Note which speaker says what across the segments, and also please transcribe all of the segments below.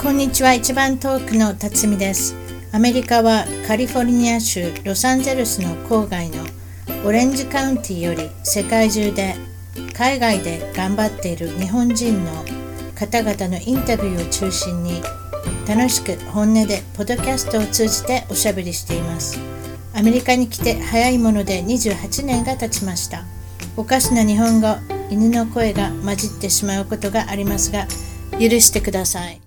Speaker 1: こんにちは一番トークの辰巳ですアメリカはカリフォルニア州ロサンゼルスの郊外のオレンジカウンティより世界中で海外で頑張っている日本人の方々のインタビューを中心に楽しく本音でポッドキャストを通じておしゃべりしていますアメリカに来て早いもので28年が経ちましたおかしな日本語犬の声が混じってしまうことがありますが許してください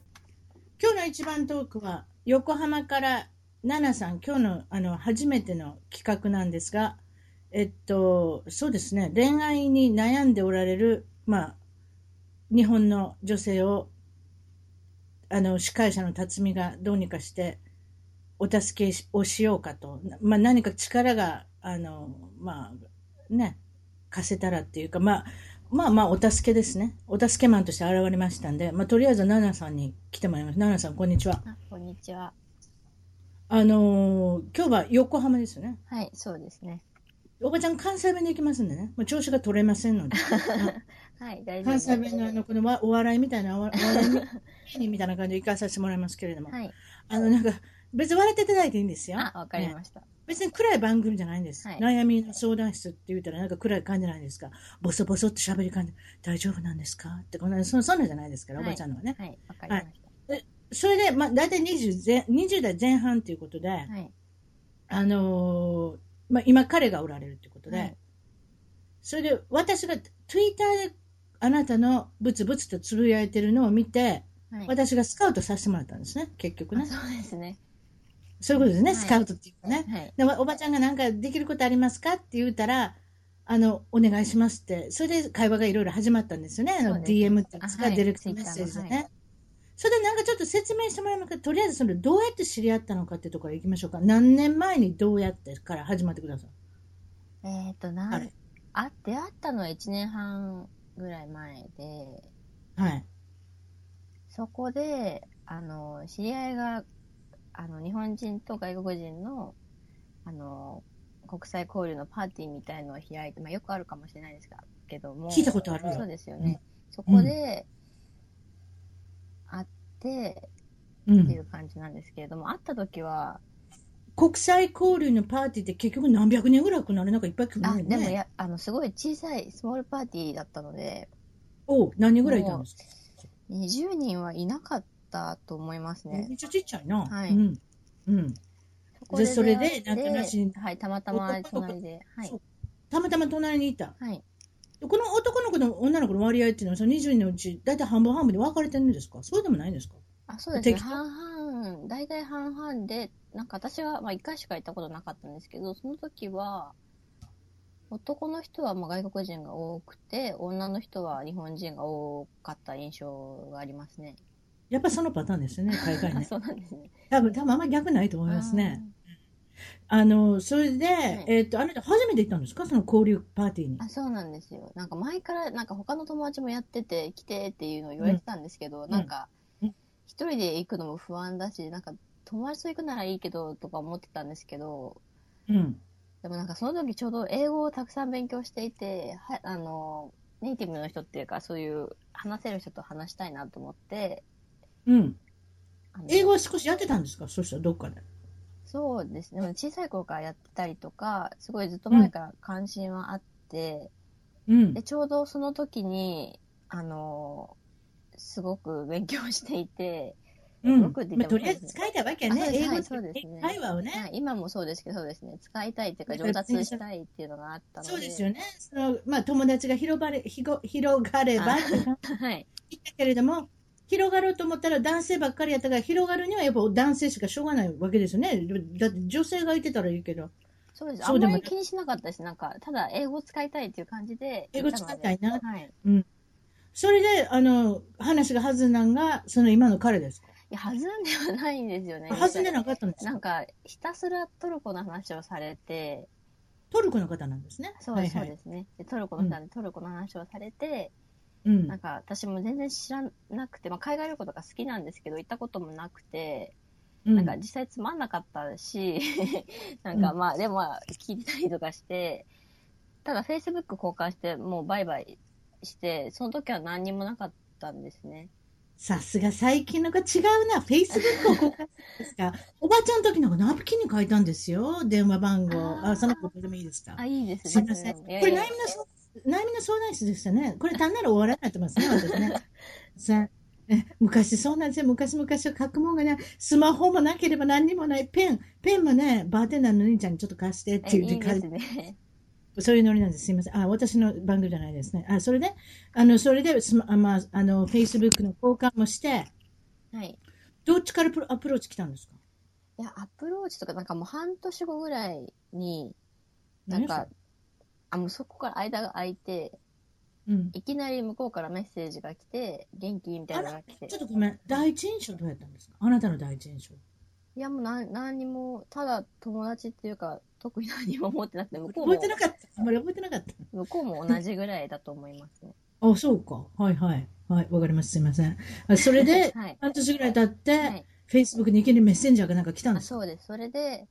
Speaker 1: 今日の一番トークは横浜から奈々さん今日のあの初めての企画なんですがえっとそうですね恋愛に悩んでおられるまあ日本の女性をあの司会者の辰巳がどうにかしてお助けをしようかと、まあ、何か力があのまあね貸せたらっていうか、まあ、まあまあお助けですねお助けマンとして現れましたんで、まあ、とりあえず奈々さんに来てもらいます奈々さんこんにちは
Speaker 2: あこんにちは。
Speaker 1: あのー今日は横浜ですよね
Speaker 2: はい、そうですね。
Speaker 1: おばちゃん関西弁で行きますんでねもう調子が取れません ので
Speaker 2: はい、大丈夫
Speaker 1: 関
Speaker 2: です。
Speaker 1: 西弁のあのこのわお笑いみたいなお笑お笑いみたいな感じで行かさせてもらいますけれども、
Speaker 2: はい。
Speaker 1: あのなんか別に笑っていただいていいんですよ
Speaker 2: あ、わかりました。
Speaker 1: 別に暗い番組じゃないんです。
Speaker 2: はい
Speaker 1: 悩みの相談室って言ったらなんか暗い感じなんですかボソボソって喋り感じ、大丈夫なんですかってこんな、そそんなんじゃないですから、
Speaker 2: はい
Speaker 1: おばちゃんのはね。
Speaker 2: はい、わかりまし
Speaker 1: それで、まあ、大体 20, 前20代前半ということで、
Speaker 2: た。はい。
Speaker 1: あのーまあ、今彼がおられるということで、
Speaker 2: はい
Speaker 1: それで私が Twitter であなたのブツブツとつぶやいてるのを見て、
Speaker 2: はい。
Speaker 1: 私がスカウトさせてもらったんですね、結局
Speaker 2: あ
Speaker 1: ね。
Speaker 2: そうですね。
Speaker 1: そういうことですね、
Speaker 2: はい
Speaker 1: スカウトっていうかね。
Speaker 2: は
Speaker 1: で
Speaker 2: い。
Speaker 1: おばちゃんがなんかできることありますかって言うたら、あの、お願いしますって、それで会話がいろいろ始まったんですよね。あ
Speaker 2: そう
Speaker 1: の、
Speaker 2: です
Speaker 1: DM っていうんです
Speaker 2: あ
Speaker 1: か、
Speaker 2: はい
Speaker 1: ディレクトメッセージで
Speaker 2: Twitter のは
Speaker 1: ね。それでなんかちょっと説明してもらえますかとりあえずその、どうやって知り合ったのかってところ行きましょうか。何年前にどうやってから始まってください。
Speaker 2: えっ、と、
Speaker 1: あ
Speaker 2: なん
Speaker 1: れ、
Speaker 2: あ、出会ったのは1年半ぐらい前で、
Speaker 1: はい。
Speaker 2: そこで、あの、知り合いが、あの、日本人と外国人の、あの、国際交流のパーティーみたいのを開いて、まあ、よくあるかもしれないですがけども、
Speaker 1: 聞いたことあるよ
Speaker 2: そうですよね。そこで、会って、
Speaker 1: う
Speaker 2: ってい
Speaker 1: ん。
Speaker 2: う感じなんですけれども、会った時は、
Speaker 1: 国際交流のパーティーって結局何百人ぐらい来るのあれなんかいっぱい来る
Speaker 2: あ
Speaker 1: のよ
Speaker 2: でも
Speaker 1: ね。
Speaker 2: やあのすごい小さいスモールパーティーだったので、
Speaker 1: おう何人ぐらいいたんですか
Speaker 2: 20人はいなかったと思いますね。
Speaker 1: めっちゃちっちゃいな。
Speaker 2: はい
Speaker 1: うん。うん。
Speaker 2: そこで
Speaker 1: でそれで
Speaker 2: 出会って
Speaker 1: なんとなしに
Speaker 2: はい、たまたま
Speaker 1: 男の子
Speaker 2: 隣で、はい
Speaker 1: そうたまたま隣にいた。
Speaker 2: はい、
Speaker 1: この男の子と女の子の割合っていうのは、その20人のうち、大体半分半分で分かれてるんですかそうでもないんですか
Speaker 2: あそうですね、
Speaker 1: 適当
Speaker 2: 半々、大体半々で、なんか私は、まあ、1回しか行ったことなかったんですけど、その時は、男の人はまあ外国人が多くて、女の人は日本人が多かった印象がありますね。
Speaker 1: やっぱそのパターンですよね、海外
Speaker 2: あ
Speaker 1: ね。
Speaker 2: そうなんですね。
Speaker 1: 多分、多分あんまり逆ないと思いますね。あの、それで、えっと、あなた初めて行ったんですかその交流パーティーに。
Speaker 2: あ、そうなんですよ。なんか前から、なんか他の友達もやってて、来てっていうのを言われてたんですけど、なんか
Speaker 1: うん、
Speaker 2: 一人で行くのも不安だし、なんか友達と行くならいいけど、とか思ってたんですけど、
Speaker 1: うん。
Speaker 2: でもなんかその時ちょうど英語をたくさん勉強していて、は、あの、ネイティブの人っていうか、そういう話せる人と話したいなと思って、
Speaker 1: うん。
Speaker 2: あの
Speaker 1: 英語は少しやってたんですかそしたらどっかで。
Speaker 2: そうですね。でも小さい頃からやってたりとか、すごいずっと前から関心はあって、
Speaker 1: うん
Speaker 2: で、。ちょうどその時に、あのーすごく勉強していて、
Speaker 1: うん。
Speaker 2: よく出て
Speaker 1: まあ
Speaker 2: ますね
Speaker 1: とりあえず使えたわけや
Speaker 2: あ
Speaker 1: ね
Speaker 2: そ。うで
Speaker 1: 英
Speaker 2: す
Speaker 1: 語
Speaker 2: は
Speaker 1: って
Speaker 2: いそうですね
Speaker 1: 会話を
Speaker 2: まあ
Speaker 1: ね。
Speaker 2: 今もそうですけど、そうですね、使いたいというか、
Speaker 1: なんか
Speaker 2: 上達したいっていうのがあったので、
Speaker 1: そうですよね。その、まあ、友達が広ばれ、ひご広がれば
Speaker 2: あ
Speaker 1: って感じ
Speaker 2: はい、
Speaker 1: いたけれども、広がろうと思ったら男性ばっかりやったから、広がるにはやっぱ男性しかしょうがないわけですよね。だって女性がいてたらいいけど、
Speaker 2: そうです。あ
Speaker 1: そうんで
Speaker 2: ま
Speaker 1: も
Speaker 2: り気にしなかったし、なんか、ただ英語使いたいっていう感じで、
Speaker 1: 英語使いたいな
Speaker 2: のではい。
Speaker 1: それで、あの、話が弾んだんが、その今の彼ですか。
Speaker 2: いや、弾んではないんですよね。
Speaker 1: 弾んでなかったんです
Speaker 2: な
Speaker 1: か
Speaker 2: んか、ひたすらトルコの話をされて、
Speaker 1: トルコの方なんですね。
Speaker 2: そう,、
Speaker 1: はい
Speaker 2: そ
Speaker 1: は
Speaker 2: う
Speaker 1: い。
Speaker 2: ですね。でトルコの人なんで、トルコの話をされて、
Speaker 1: うん
Speaker 2: なんか私も全然知らなくて、まあ、海外旅行とか好きなんですけど行ったこともなくて、
Speaker 1: うん
Speaker 2: なんか実際つまんなかったし なんかまあ、でもまあ聞いたりとかしてただ Facebook 交換してもうバイバイしてその時は何にもなかったんですね
Speaker 1: さすが最近のが違うな。Facebook を公 開するんですが、おばちゃんの時なんかナプキンに書いたんですよ。電話番号。あ
Speaker 2: あー
Speaker 1: その子どうでもいいですか
Speaker 2: あ、いいですね。
Speaker 1: すみません。こ
Speaker 2: う
Speaker 1: れ悩みの相悩みの相談室でしたね。これ単なる終わらないと思いますね、私 ね。さあえ昔そうなんですよ。昔々は書くもんがね、スマホもなければ何にもない。ペン、ペンもね、バーテンダーの兄ちゃんにちょっと貸してって
Speaker 2: え
Speaker 1: いう
Speaker 2: いい
Speaker 1: か
Speaker 2: ですね。
Speaker 1: そういうノリなんです。すみません。あ、私の番組じゃないですね。あ、それで、あの、それで、スマあまあ、あの、Facebook の交換もして、
Speaker 2: はい。
Speaker 1: どっちからプロアプローチ来たんですか
Speaker 2: いや、アプローチとか、なんかもう半年後ぐらいに、なんか、、あ、もうそこから間が空いて、
Speaker 1: うん。
Speaker 2: いきなり向こうからメッセージが来て、元気みたいなのが来て。
Speaker 1: ちょっとごめん。第一印象どうやったんですかあなたの第一印象。
Speaker 2: いや、もうなん何にも、ただ友達っていうか、特に何も思ってなくて、向こ
Speaker 1: 覚
Speaker 2: う
Speaker 1: え
Speaker 2: も
Speaker 1: て、なかった。あまり覚えてなかった。
Speaker 2: 向こうも同じぐらいだと思いますね。、
Speaker 1: あ、そうか。はいはい。はい、わかります。すいません。あそれ で
Speaker 2: はい。
Speaker 1: 半年ぐらい経っ
Speaker 2: は
Speaker 1: て、
Speaker 2: い、
Speaker 1: Facebook にいきなりメッセンジャーがなんか来たん
Speaker 2: あ
Speaker 1: です。
Speaker 2: そうです。それで、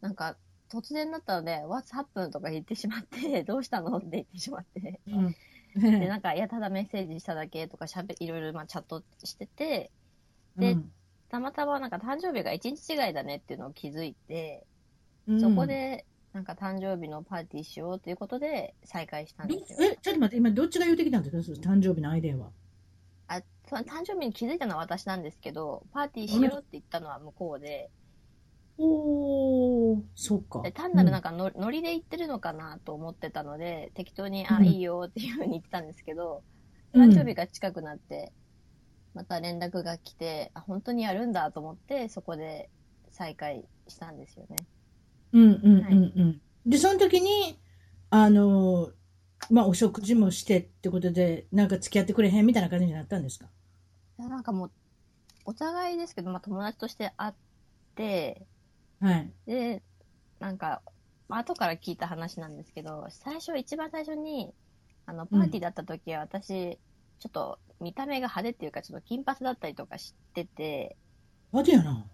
Speaker 2: なんか、突然だったので、What's happen? とか言ってしまって、どうしたのって言ってしまって。
Speaker 1: うん。
Speaker 2: で、なんか、いや、ただメッセージしただけとか、しゃべ、いろいろ、まあ、チャットしてて、で
Speaker 1: うん
Speaker 2: たまたまなんか誕生日が一日違いだねっていうのを気づいて、
Speaker 1: うん
Speaker 2: そこで、なんか誕生日のパーティーしようということで再会したん
Speaker 1: ど
Speaker 2: ですよ。
Speaker 1: え、ちょっと待って、今どっちが言うてきたんですか誕生日のアイデアは。
Speaker 2: あその誕生日に気づいたのは私なんですけど、パーティーしようって言ったのは向こうで、
Speaker 1: おー、そっか
Speaker 2: で。単なるなん
Speaker 1: か、
Speaker 2: かのノリで言ってるのかなと思ってたので、適当に、
Speaker 1: う
Speaker 2: あ、
Speaker 1: ん
Speaker 2: いいよっていうふうに言ってたんですけど、
Speaker 1: うん
Speaker 2: 誕生日が近くなって、また連絡が来て、あ、本当にやるんだと思って、そこで再会したんですよね。
Speaker 1: うんうんうん
Speaker 2: は
Speaker 1: うん。で、その時に、あの、まあ、お食事もしてってことで、なんか付き合ってくれへんみたいな感じになったんですか
Speaker 2: いやなんかもう、お互いですけど、まあ友達として会って、
Speaker 1: はい。
Speaker 2: で、なんか、後から聞いた話なんですけど、最初、一番最初に、あの、パーティーだった時は私、ちょっと見た目が派手っていうか、ちょっと金髪だったりとかしてて、
Speaker 1: あとや な。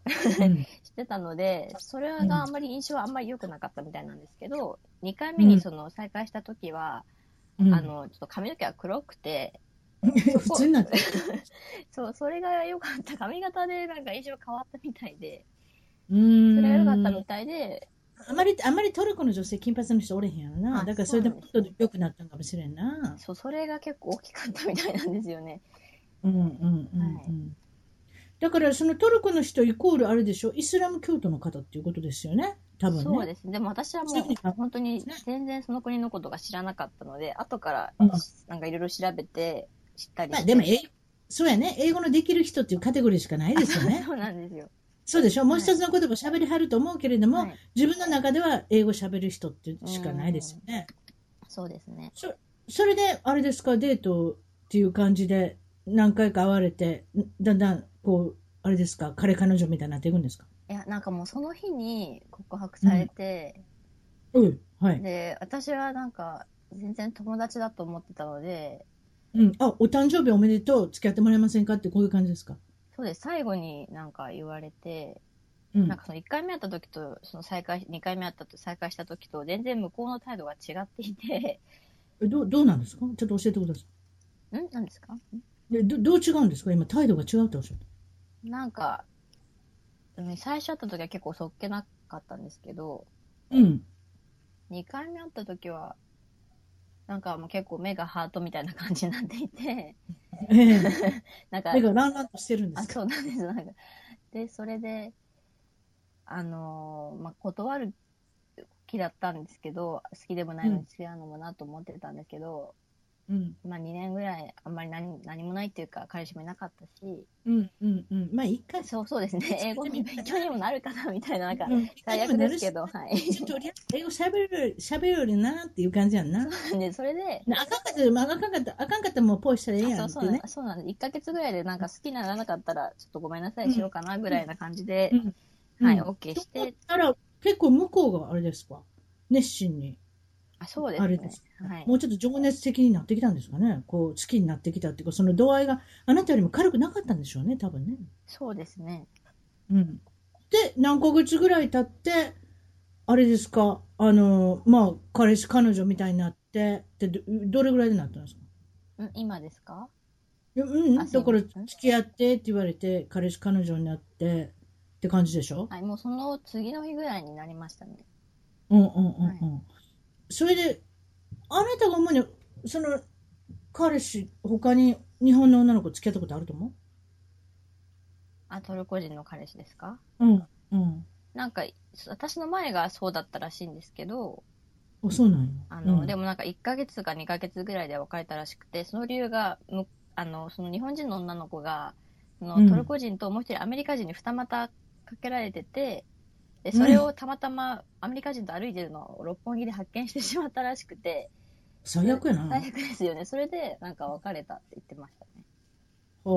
Speaker 1: うん
Speaker 2: してたので、それがあんまり印象はあんまり良くなかったみたいなんですけど、2回目にその再会した時は、
Speaker 1: うん
Speaker 2: あ、の、ちょっと髪の毛は黒くて、
Speaker 1: 普通になってる。
Speaker 2: そう、それが良かった。髪型でなんか印象変わったみたいで、
Speaker 1: うーん
Speaker 2: それが良かったみたいで、
Speaker 1: あまり、あまりトルコの女性、金髪の人おれへんやろな。
Speaker 2: あ
Speaker 1: だからそれでもっ
Speaker 2: そ
Speaker 1: と
Speaker 2: うなんです
Speaker 1: 良くなったんかもしれんな。
Speaker 2: そう、それが結構大きかったみたいなんですよね。
Speaker 1: うんうんうんうん。
Speaker 2: はい
Speaker 1: だからそのトルコの人イコールあれでしょ、イスラム教徒の方っていうことですよね。多分ね。
Speaker 2: そうですね。でも私はも
Speaker 1: そうです
Speaker 2: う本当に
Speaker 1: ね
Speaker 2: 全然その国のことが知らなかったので、後から
Speaker 1: うん
Speaker 2: なんかいろいろ調べて知ったり
Speaker 1: まあ
Speaker 2: して。
Speaker 1: でも、え、そうやね。英語のできる人っていうカテゴリーしかないですよね。
Speaker 2: そうなんですよ。
Speaker 1: そうでしょ。もう一つの言葉喋りはると思うけれども、
Speaker 2: はい
Speaker 1: 自分の中では英語喋る人っていうしかないですよね。
Speaker 2: そうですね。
Speaker 1: それで、あれですか、デートっていう感じで何回か会われて、だんだん、こう、あれですか、彼彼女みたいになっていくんですか
Speaker 2: いや、なんかもうその日に告白されて、
Speaker 1: うん、はい。
Speaker 2: で、私はなんか全然友達だと思ってたので、
Speaker 1: うん。あ、お誕生日おめでとう、付き合ってもらえませんかって、こういう感じですか
Speaker 2: そうです。最後になんか言われて、
Speaker 1: うん
Speaker 2: なん。かその1回目会った時と、その再会、2回目会ったと再会した時と、全然向こうの態度が違っていて、
Speaker 1: えどう、どうなんですかちょっと教えてくださ
Speaker 2: んなんですか
Speaker 1: い。で、ど、どう違うんですか今、態度が違うっておっしゃった。
Speaker 2: なんか、うん最初会った時は結構そっけなかったんですけど、
Speaker 1: うん。
Speaker 2: 2回目会った時は、なんかもう結構目がハートみたいな感じになっていて、
Speaker 1: ええ
Speaker 2: なんか、
Speaker 1: 目がランランとしてるんで
Speaker 2: あ、
Speaker 1: すか
Speaker 2: そうなんです。なんかで、それで、あのーまあ、断る気だったんですけど、好きでもないのに付き合うのもなと思ってたんですけど、
Speaker 1: うん。
Speaker 2: まあ、2年ぐらいあんまり何何もないっていうか、彼氏もいなかったし、
Speaker 1: うん、うん、うん。まあ、一回、
Speaker 2: そうそうですね、 英語の勉強にもなるかなみたいな、なんか、
Speaker 1: うん
Speaker 2: 最悪ですけど、はい。
Speaker 1: 一応とりあえず英語喋るより、喋るよりなっていう感じやんな。
Speaker 2: で、それで、
Speaker 1: あかんかったら、まああかんかったら、あかんかったらもうポイしたらええやん
Speaker 2: あ
Speaker 1: って
Speaker 2: そうそうなん
Speaker 1: ね。
Speaker 2: そうなんです。1ヶ月ぐらいでなんか好きにならなかったら、ちょっとごめんなさいしようかなぐらいな感じで、
Speaker 1: うん
Speaker 2: はい、
Speaker 1: うん
Speaker 2: OK し
Speaker 1: そう
Speaker 2: て、
Speaker 1: たら、結構向こうがあれですか、熱心に、
Speaker 2: あ、そうです
Speaker 1: あれ
Speaker 2: ね
Speaker 1: です。
Speaker 2: はい
Speaker 1: も。うちょっと情熱的になってきたんですかね、こう好きになってきたっていうか、その度合いがあなたよりも軽くなかったんでしょうね、多分ね。
Speaker 2: そうですね。
Speaker 1: うん、で、何ヶ月ぐらい経って、あれですか、あのまあ、彼氏、彼女みたいになって、でどどれぐらいでなったんですか
Speaker 2: ん今ですか
Speaker 1: うん、
Speaker 2: あ
Speaker 1: だから
Speaker 2: そうなん
Speaker 1: 付き合ってって言われて、彼氏彼女になってって感じでしょ、
Speaker 2: はい、もうその次の日ぐらいになりましたね。
Speaker 1: うんうんうんうん。それで、あなたが思うに、その、彼氏、他に日本の女の子付き合ったことあると思
Speaker 2: あ、トルコ人の彼氏ですか
Speaker 1: ううん。うん。
Speaker 2: なんか、私の前がそうだったらしいんですけど、
Speaker 1: あ、そうなんや。
Speaker 2: あの、
Speaker 1: うん
Speaker 2: でもなんか1ヶ月か2ヶ月ぐらいで別れたらしくて、その理由が、むあの、その日本人の女の子が、そ
Speaker 1: うん
Speaker 2: のトルコ人ともう一人アメリカ人に二股かけられてて、で、それをたまたまアメリカ人と歩いてるのを六本木で発見してしまったらしくて、
Speaker 1: 最悪やな。
Speaker 2: 大変ですよね。それで、なんか別れたって言ってましたね。
Speaker 1: ああ、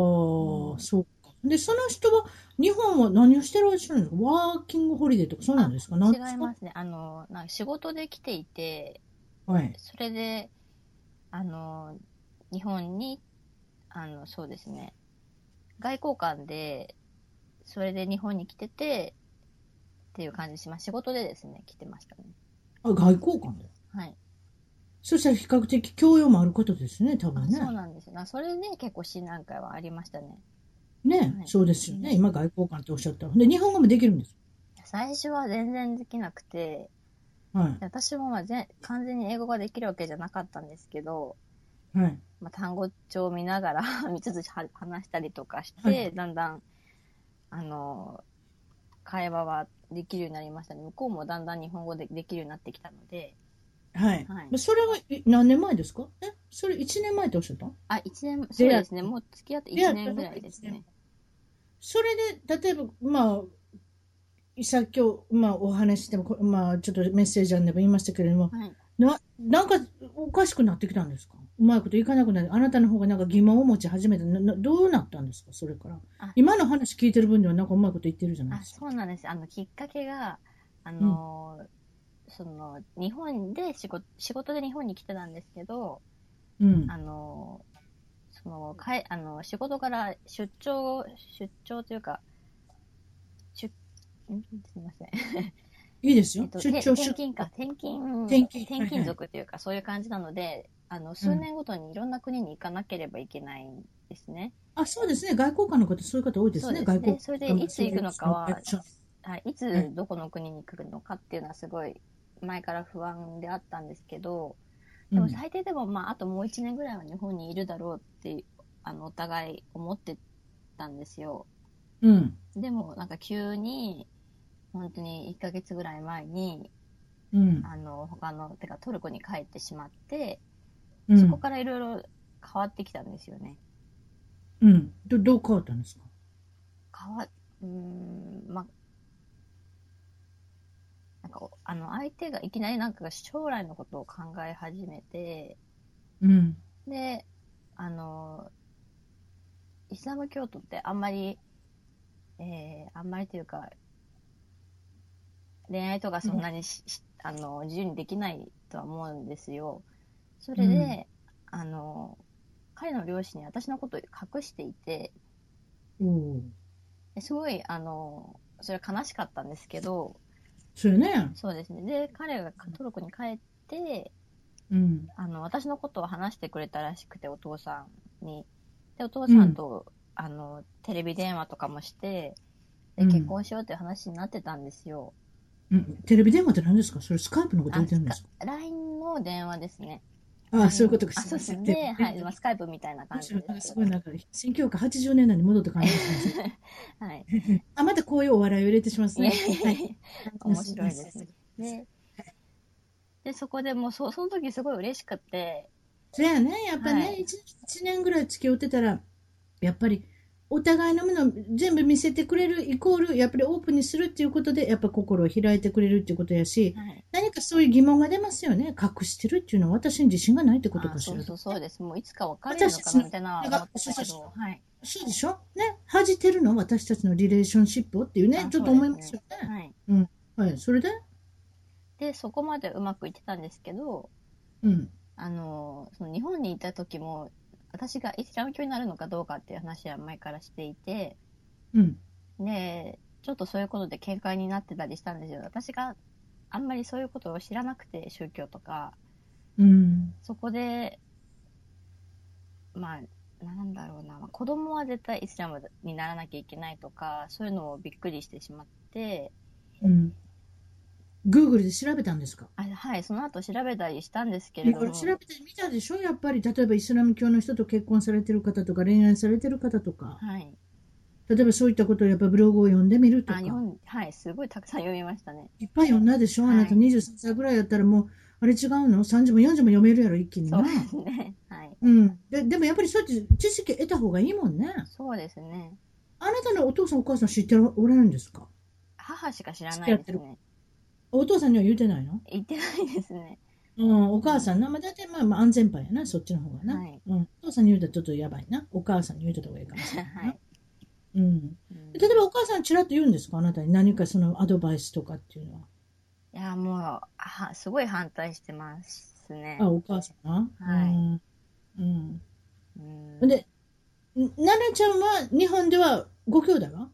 Speaker 1: そうか。で、その人は、日本は何をしてらっしゃるんですかワーキングホリデーとかそうなんですかなんです
Speaker 2: 違い
Speaker 1: か
Speaker 2: ますね。あの、なんか仕事で来ていて、
Speaker 1: はい。
Speaker 2: それで、あの、日本に、あの、そうですね、外交官で、それで日本に来てて、っていう感じします。仕事でですね、来てましたね。
Speaker 1: あ、外交官だよ。
Speaker 2: はい。
Speaker 1: そしたら比較的教養もあることですね、多
Speaker 2: あ
Speaker 1: 分ね。
Speaker 2: そうなんですよ。なそれで結構新覧会はありましたね。
Speaker 1: ね、
Speaker 2: はい
Speaker 1: そうですよね。今、外交官っておっしゃった。で、日本語もできるんです。
Speaker 2: 最初は全然できなくて、
Speaker 1: は
Speaker 2: 私もまあ全完全に英語ができるわけじゃなかったんですけど、
Speaker 1: い。はい。
Speaker 2: まあ、単語帳を見ながら 見つつは話したりとかして、
Speaker 1: はい
Speaker 2: だんだんあの会話はできるようになりましたね向こうもだんだん日本語でできるようになってきたので
Speaker 1: はい。
Speaker 2: はい
Speaker 1: それはい何年前ですかえそれ1年前っておっしゃった
Speaker 2: あ一年そうですねもう付き合って1年ぐらいですね
Speaker 1: それで、例えば、まあ、さっきお、まあ、お話ししても、こまあ、ちょっとメッセージでも言いましたけれども、
Speaker 2: はい
Speaker 1: な、なんかおかしくなってきたんですかうまいこといかなくなる。あなたの方がなんか疑問を持ち始めた。ななどうなったんですかそれから
Speaker 2: あ。
Speaker 1: 今の話聞いてる分では、なんかうまいこと言ってるじゃない
Speaker 2: あ
Speaker 1: ですか。
Speaker 2: そうなんですあのきっかけがあの、その日本で仕事仕事で日本に来てたんですけど
Speaker 1: うん。
Speaker 2: あのそのかいあの仕事から出張出張というか出んすみません
Speaker 1: いいです
Speaker 2: え
Speaker 1: よ
Speaker 2: っ。と、
Speaker 1: 出
Speaker 2: て
Speaker 1: 張
Speaker 2: 転勤か、転勤、
Speaker 1: 転勤
Speaker 2: 転勤族というか、そういう感じなので、あの、数年ごとにいろんな国に行かなければいけないんですね。
Speaker 1: あ、そうですね。外交官の方、そういう方多いですね。
Speaker 2: そうですね
Speaker 1: 外交
Speaker 2: それでいつ行くのかは
Speaker 1: そう
Speaker 2: はい、いうつどこの国に行くのかっていうのはすごい前から不安であったんですけど、で
Speaker 1: う
Speaker 2: も
Speaker 1: ん
Speaker 2: 最低でもまあ、あともう1年ぐらいは日本にいるだろうって、あの、お互い思ってたんですよ。
Speaker 1: うん。
Speaker 2: でもなんか急に、本当に1ヶ月ぐらい前に、
Speaker 1: うん。
Speaker 2: あの、他の、てかトルコに帰ってしまって、
Speaker 1: うん
Speaker 2: そこからいろいろ変わってきたんですよね。
Speaker 1: うん。ど、どう変わったんですか
Speaker 2: 変わ、うーん、ま、なんか、おあの、相手がいきなりなんか将来のことを考え始めて、
Speaker 1: うん。
Speaker 2: で、あの、イスラム教徒ってあんまり、えー、あんまりというか、恋愛とかそんなにし、しあの、自由にできないとは思うんですよ。それで、あの、彼の両親に私のことを隠していて、
Speaker 1: おお。
Speaker 2: ですごい、あの、それは悲しかったんですけど、
Speaker 1: それね。
Speaker 2: そうですね。で、彼がトルコに帰って、
Speaker 1: うん。
Speaker 2: あの、私のことを話してくれたらしくて、お父さんに。で、お父さんと、あの、テレビ電話とかもして、で、
Speaker 1: うん
Speaker 2: 結婚しようっていう話になってたんですよ。
Speaker 1: うん。テレビ電話って何ですかそれスカイプのこと言ってるんですか
Speaker 2: LINE の電話ですね。
Speaker 1: ああ、そういうことか。
Speaker 2: あ、そうです
Speaker 1: テレビ
Speaker 2: ね。
Speaker 1: 電話
Speaker 2: はい。まあ、スカイプみたいな感じ
Speaker 1: なんか
Speaker 2: です
Speaker 1: す
Speaker 2: け
Speaker 1: ごい
Speaker 2: ど。
Speaker 1: なんか、1980年代に戻った感じがしますね。
Speaker 2: はい。
Speaker 1: あ、またこういうお笑いを入れてします
Speaker 2: いや
Speaker 1: ね
Speaker 2: い。やいや 面白いですね。
Speaker 1: ね。
Speaker 2: で、でそこでもうそ、その時すごい嬉しくて、
Speaker 1: そやね、やっぱ
Speaker 2: は
Speaker 1: ね、
Speaker 2: い
Speaker 1: 一一年ぐらい付き合ってたら、やっぱり、お互いのものを全部見せてくれるイコール、やっぱりオープンにするっていうことで、やっぱ心を開いてくれるっていうことやし、
Speaker 2: はい。
Speaker 1: 何かそういう疑問が出ますよね。隠してるっていうのは私に自信がないってこと
Speaker 2: あ
Speaker 1: かし
Speaker 2: そ
Speaker 1: ら。
Speaker 2: う
Speaker 1: そ
Speaker 2: そううそうです。もういつか別れるのかなみたいなのは思ってた
Speaker 1: 私た
Speaker 2: け
Speaker 1: ち
Speaker 2: ど、はい。
Speaker 1: でしょね。恥じてるのは私たちのリレーションシップをっていうね
Speaker 2: あ、
Speaker 1: ちょっと思いますよね。
Speaker 2: はい。
Speaker 1: はい、それで
Speaker 2: で、そこまでうまくいってたんですけど、
Speaker 1: うん。
Speaker 2: あの、その日本にいた時も、私がイスラム教になるのかどうかっていう話は前からしていて、
Speaker 1: うん。
Speaker 2: で、ちょっとそういうことで見解になってたりしたんですよ。私があんまりそういうことを知らなくて、宗教とか、
Speaker 1: うん。
Speaker 2: そこで、まあ、なんだろうな、まあ、子供は絶対イスラムにならなきゃいけないとか、そういうのをびっくりしてしまって、
Speaker 1: うん。Google で調べたんですか
Speaker 2: あはい、その後調べたりしたんですけれ
Speaker 1: い
Speaker 2: ど
Speaker 1: ろい
Speaker 2: も、
Speaker 1: ろ調べてみたでしょやっぱり、例えばイスラム教の人と結婚されてる方とか、恋愛されてる方とか、
Speaker 2: はい、
Speaker 1: 例えばそういったことをやっぱブログを読んでみると
Speaker 2: あ
Speaker 1: か、
Speaker 2: 日本、はい、すごいたくさん読みましたね。
Speaker 1: いっぱい読んだでしょあ
Speaker 2: はい
Speaker 1: なた23歳ぐらいやったらもう、あれ違うの ?30 も40も読めるやろ、一気に
Speaker 2: そう
Speaker 1: な
Speaker 2: で。すね。はい。
Speaker 1: うん。ででもやっぱりそうやって知識得た方がいいもんね。
Speaker 2: そうですね。
Speaker 1: あなたのお父さんお母さん知っておられるんですか
Speaker 2: 母しか知らないですね。
Speaker 1: お父さんには言うてないの
Speaker 2: 行ってないですね。
Speaker 1: うん、お母さんな。まあ、大体まあまあ安全パンやな、そっちの方がな。
Speaker 2: はい
Speaker 1: うん。お父さんに言うたらちょっとやばいな。お母さんに言うとた方がいいかもしれないな。
Speaker 2: はい。
Speaker 1: うん。
Speaker 2: うん
Speaker 1: 例えばお母さんちらっと言うんですかあなたに何かそのアドバイスとかっていうのは。
Speaker 2: いや、もう、は、すごい反対してますね。
Speaker 1: あ、お母さんは、
Speaker 2: は
Speaker 1: う
Speaker 2: い
Speaker 1: ん。うん。
Speaker 2: うん。
Speaker 1: で、ん奈々ちゃんは日本ではご兄弟は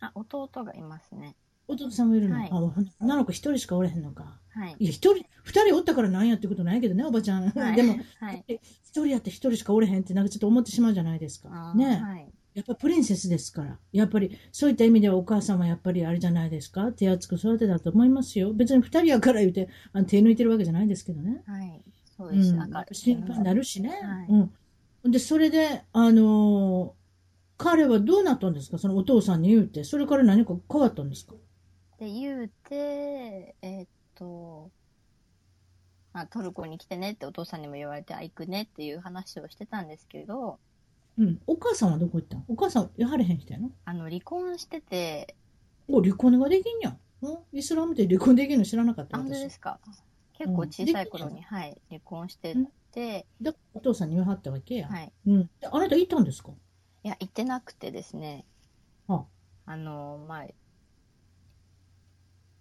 Speaker 2: あ、弟がいますね。
Speaker 1: 弟さんもいるの、
Speaker 2: はい
Speaker 1: あ女の子一人しかおれへんのか。
Speaker 2: はい。
Speaker 1: いや、一人、二人おったからなんやってことないけどね、おばちゃん。
Speaker 2: は い。
Speaker 1: でも、
Speaker 2: はい。
Speaker 1: 一人やって一人しかおれへんってなんかちょっと思ってしまうじゃないですか
Speaker 2: あ。ー
Speaker 1: ね、
Speaker 2: はい。
Speaker 1: やっぱプリンセスですから。やっぱり、そういった意味ではお母さんはやっぱりあれじゃないですか。手厚く育てたと思いますよ。別に二人やから言うて、あの手抜いてるわけじゃないですけどね。
Speaker 2: はい。そう
Speaker 1: う
Speaker 2: です。
Speaker 1: ん
Speaker 2: なんか、、
Speaker 1: 心配になるしね。
Speaker 2: はい
Speaker 1: うん。で、それで、あのー彼はどうなったんですかそのお父さんに言うて。それから何か変わったんですか
Speaker 2: で、言うて、えーっと、まあ、トルコに来てねってお父さんにも言われて、あ、行くねっていう話をしてたんですけど、
Speaker 1: うん。お母さんはどこ行ったのお母さん、やはりへん人やの
Speaker 2: あの、離婚してて、
Speaker 1: お、離婚ができんやん。うんイスラムで離婚できんの知らなかった
Speaker 2: あ、本当
Speaker 1: 私
Speaker 2: ですか結構小さい頃に、はい、離婚してて、
Speaker 1: だお父さんに言わはったわけや。
Speaker 2: はい。
Speaker 1: うん。であなた行ったんですか
Speaker 2: いや、行ってなくてですね、
Speaker 1: あ
Speaker 2: あの、まあ、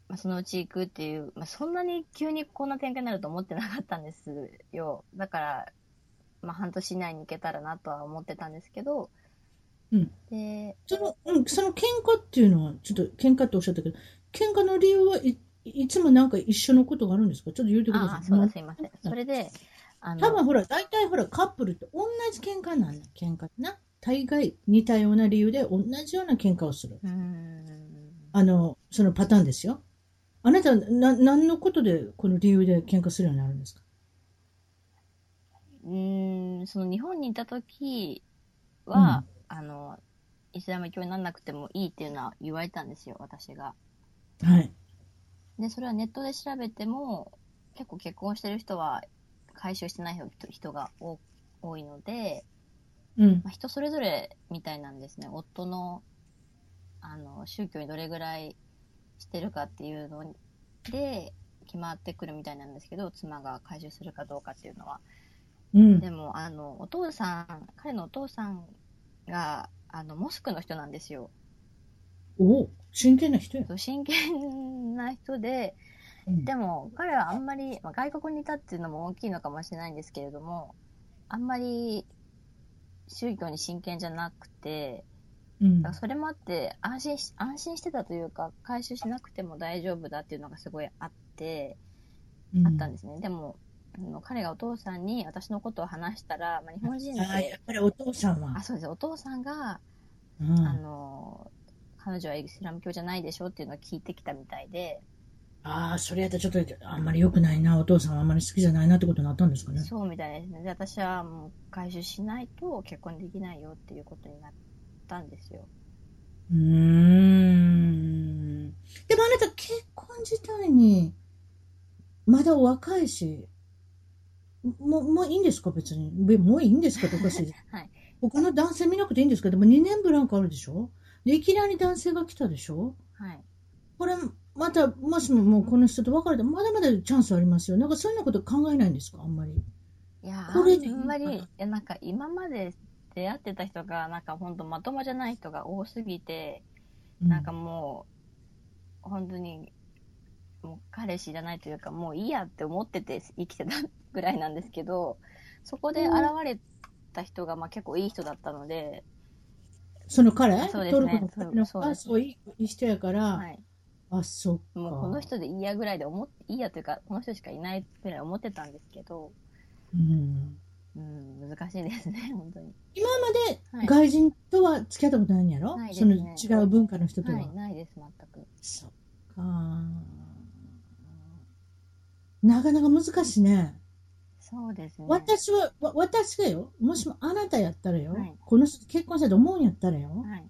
Speaker 2: まあ、そのうち行くっていう、まあ、そんなに急にこんな展開になると思ってなかったんですよ。だから、まあ、半年以内に行けたらなとは思ってたんですけど、
Speaker 1: うん
Speaker 2: で、
Speaker 1: その、うん、その喧嘩っていうのは、ちょっと喧嘩っておっしゃったけど、喧嘩の理由はい、いつもなんか一緒のことがあるんですかちょっと言うてくだ
Speaker 2: あ
Speaker 1: さ
Speaker 2: あ、
Speaker 1: い。
Speaker 2: そうだ、
Speaker 1: も
Speaker 2: すいません。それで、あ
Speaker 1: 多分
Speaker 2: の、
Speaker 1: ほら、大体ほら、カップルって同じ喧嘩なんだ、喧嘩ってな。大概似たような理由で同じような喧嘩をする。
Speaker 2: うーん、
Speaker 1: あの、そのパターンですよ。あなた、な、何のことで、この理由で喧嘩するようになるんですか
Speaker 2: うーん、その日本にいた時は、あの、イスラム教にならなくてもいいっていうのは言われたんですよ、私が。
Speaker 1: はい。
Speaker 2: で、それはネットで調べても、結構結婚してる人は解消してない人人が多多いので、
Speaker 1: うん。
Speaker 2: まあ、人それぞれみたいなんですね。夫の、あの、宗教にどれぐらいしてるかっていうので、決まってくるみたいなんですけど、妻が解消するかどうかっていうのは。
Speaker 1: うん。
Speaker 2: でも、あの、お父さん、彼のお父さんが、あの、モスクの人なんですよ。
Speaker 1: おお、真剣な人や。
Speaker 2: そう真剣な人で、
Speaker 1: うん
Speaker 2: でも彼はあんまり、まあ、外国にいたっていうのも大きいのかもしれないんですけれどもあんまり宗教に真剣じゃなくて
Speaker 1: うん
Speaker 2: だから。それもあって安心し安心してたというか回収しなくても大丈夫だっていうのがすごいあってあったんですね、でもあの彼がお父さんに私のことを話したら、まあ、日本人
Speaker 1: うん
Speaker 2: の
Speaker 1: ああ、やっぱりお父さんは
Speaker 2: あ。そうですお父さんが、
Speaker 1: うん
Speaker 2: あの彼女はイスラム教じゃないでしょっていうのを聞いてきたみたいで。
Speaker 1: ああ、それやったらちょっとあんまり良くないな、お父さんはあんまり好きじゃないなってことになったんですかね。
Speaker 2: そうみたいですね。で、私はもう回収しないと結婚できないよっていうことになったんですよ。
Speaker 1: うーん。でもあなた結婚自体に、まだお若いし、もう、もういいんですか別に。べもういいんですかっておかしい。
Speaker 2: はい。
Speaker 1: 他の男性見なくていいんですけど、も2年ブランクあるでしょで、いきなり男性が来たでしょ
Speaker 2: はい。
Speaker 1: これ、また、もしももうこの人と別れたら、まだまだチャンスありますよ。なんかそんなこと考えないんですかあんまり。
Speaker 2: いや
Speaker 1: これで
Speaker 2: ー、あんまり、
Speaker 1: いい
Speaker 2: い
Speaker 1: のか
Speaker 2: やなんか今まで出会ってた人が、なんか本当まともじゃない人が多すぎて、なんかもう、本当に、もう彼氏じゃないというか、もういいやって思ってて生きてたぐらいなんですけど、そこで現れた人が、まあ結構いい人だったので、
Speaker 1: その彼
Speaker 2: そうです
Speaker 1: トル
Speaker 2: ね
Speaker 1: コの彼の
Speaker 2: そう
Speaker 1: あ
Speaker 2: そ
Speaker 1: そういい人やから、
Speaker 2: はい。
Speaker 1: あ、そっか。
Speaker 2: もうこの人でいいやぐらいで思っ、いいやというか、この人しかいないぐらい思ってたんですけど、
Speaker 1: うん。
Speaker 2: ううん、難しいですね、本当に。
Speaker 1: 今ま
Speaker 2: は
Speaker 1: で
Speaker 2: い
Speaker 1: 外人とは付き合ったことないんやろ、
Speaker 2: ないです
Speaker 1: そ
Speaker 2: ね
Speaker 1: の違う文化の人とは。
Speaker 2: はい、ないです、全く。
Speaker 1: そっか。なかなか難しいね。
Speaker 2: そうですね。
Speaker 1: 私は、わ私がよ、もしもあなたやったらよ、
Speaker 2: はい
Speaker 1: この人と結婚したいと思うんやったらよ、
Speaker 2: はい。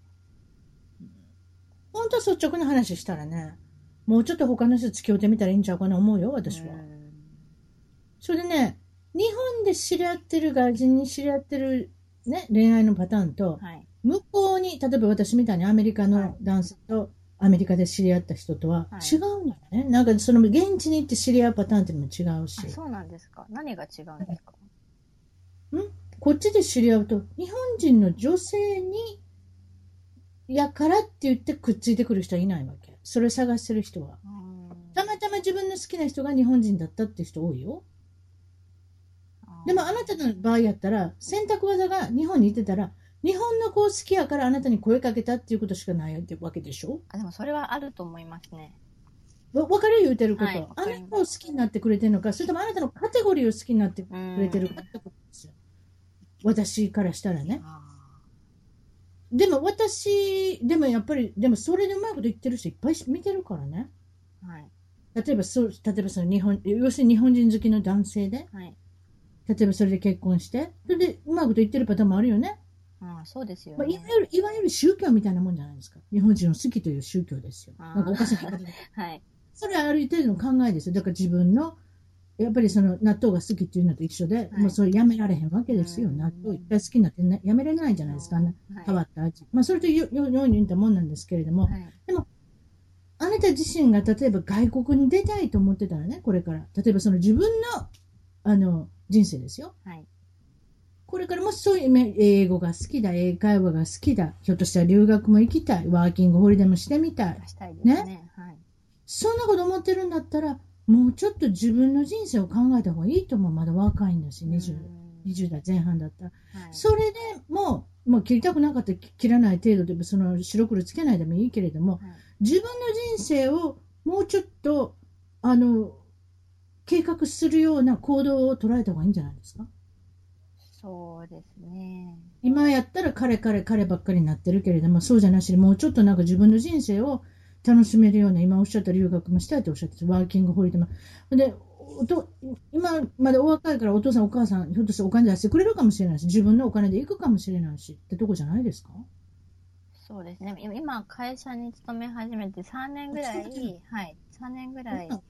Speaker 1: 本当は率直な話したらね、もうちょっと他の人と付き合ってみたらいいんちゃうかな思うよ、私は。
Speaker 2: うん
Speaker 1: それでね、日本で知り合ってる外人に知り合ってる、ね、恋愛のパターンと、
Speaker 2: はい。
Speaker 1: 向こうに、例えば私みたいにアメリカ
Speaker 2: は
Speaker 1: の
Speaker 2: い
Speaker 1: 男性とアメリカで知り合った人とは
Speaker 2: はい
Speaker 1: 違うんだよね。なんかその現地に行って知り合うパターンっていうのも違うし
Speaker 2: あ、、そうなんですか。何が違うんですか。
Speaker 1: こっちで知り合うと、日本人の女性に、やからって言ってくっついてくる人はいないわけ。それを探してる人は。
Speaker 2: うん
Speaker 1: たまたま自分の好きな人が日本人だったっていう人多いよ。でもあなたの場合やったら、選択技が日本にいてたら、日本の子好きやからあなたに声かけたっていうことしかないわけでしょ
Speaker 2: あ、でもそれはあると思いますね。
Speaker 1: わ分かるよ言うてること、
Speaker 2: はいわ
Speaker 1: あ
Speaker 2: か
Speaker 1: な
Speaker 2: ります
Speaker 1: たを好きになってくれてるのか、それともあなたのカテゴリーを好きになってく
Speaker 2: うん
Speaker 1: れてるかってことですよ。私からしたらね。
Speaker 2: あ
Speaker 1: でも私、でもやっぱり、でもそれでうまいこと言ってる人いっぱい見てるからね。
Speaker 2: ーはい。
Speaker 1: 例えばそう、例えばその日本、要するに日本人好きの男性で、
Speaker 2: はい。
Speaker 1: 例えばそれで結婚して、それでうまいこと言ってるパターンもあるよね。
Speaker 2: あー、そうですよ
Speaker 1: まあ、い
Speaker 2: ね
Speaker 1: わ。ゆる、いわゆる宗教みたいなもんじゃないですか。日本人を好きという宗教ですよ。
Speaker 2: あー
Speaker 1: なんかおかしな言い方で
Speaker 2: はい。
Speaker 1: それはある程度の考えですよ。だから自分の、やっぱりその納豆が好きっていうのと一緒で、
Speaker 2: はい
Speaker 1: もうそれやめられへんわけですよ。
Speaker 2: うん
Speaker 1: 納豆いっぱい好きになってねやめられないじゃないですか、ね、
Speaker 2: はい
Speaker 1: 変わった味。まあそれとよよように似たもんなんですけれども、
Speaker 2: はい。
Speaker 1: あなた自身が例えば外国に出たいと思ってたらね、これから。例えばその自分の、あの、人生ですよ。
Speaker 2: はい。
Speaker 1: これからもしそういうめ英語が好きだ、英会話が好きだ、ひょっとしたら留学も行きたい、ワーキングホリデーもしてみたい、
Speaker 2: したいですね。はい。
Speaker 1: そんなこと思ってるんだったら、もうちょっと自分の人生を考えた方がいいと思う。まだ若いんだし、20,
Speaker 2: うん
Speaker 1: 20代前半だったら。
Speaker 2: はい。
Speaker 1: それでもう、まあ、切りたくなかったら切らない程度で、その白黒つけないでもいいけれども、
Speaker 2: はい
Speaker 1: 自分の人生をもうちょっと、あの、計画するような行動を捉えた方がいいんじゃないですか
Speaker 2: そうですね。
Speaker 1: 今やったら彼彼彼ばっかりになってるけれども、そうじゃなしにもうちょっとなんか自分の人生を楽しめるような、今おっしゃった留学もしたいとおっしゃってたワーキングホリデーも。で、おと今までお若いからお父さんお母さん、ひょっとしてお金出してくれるかもしれないし、自分のお金で行くかもしれないしってとこじゃないですか
Speaker 2: そうですね。今今会社に勤め始めて3年ぐら
Speaker 1: あそうなん
Speaker 2: い、はい。3年ぐらい
Speaker 1: うん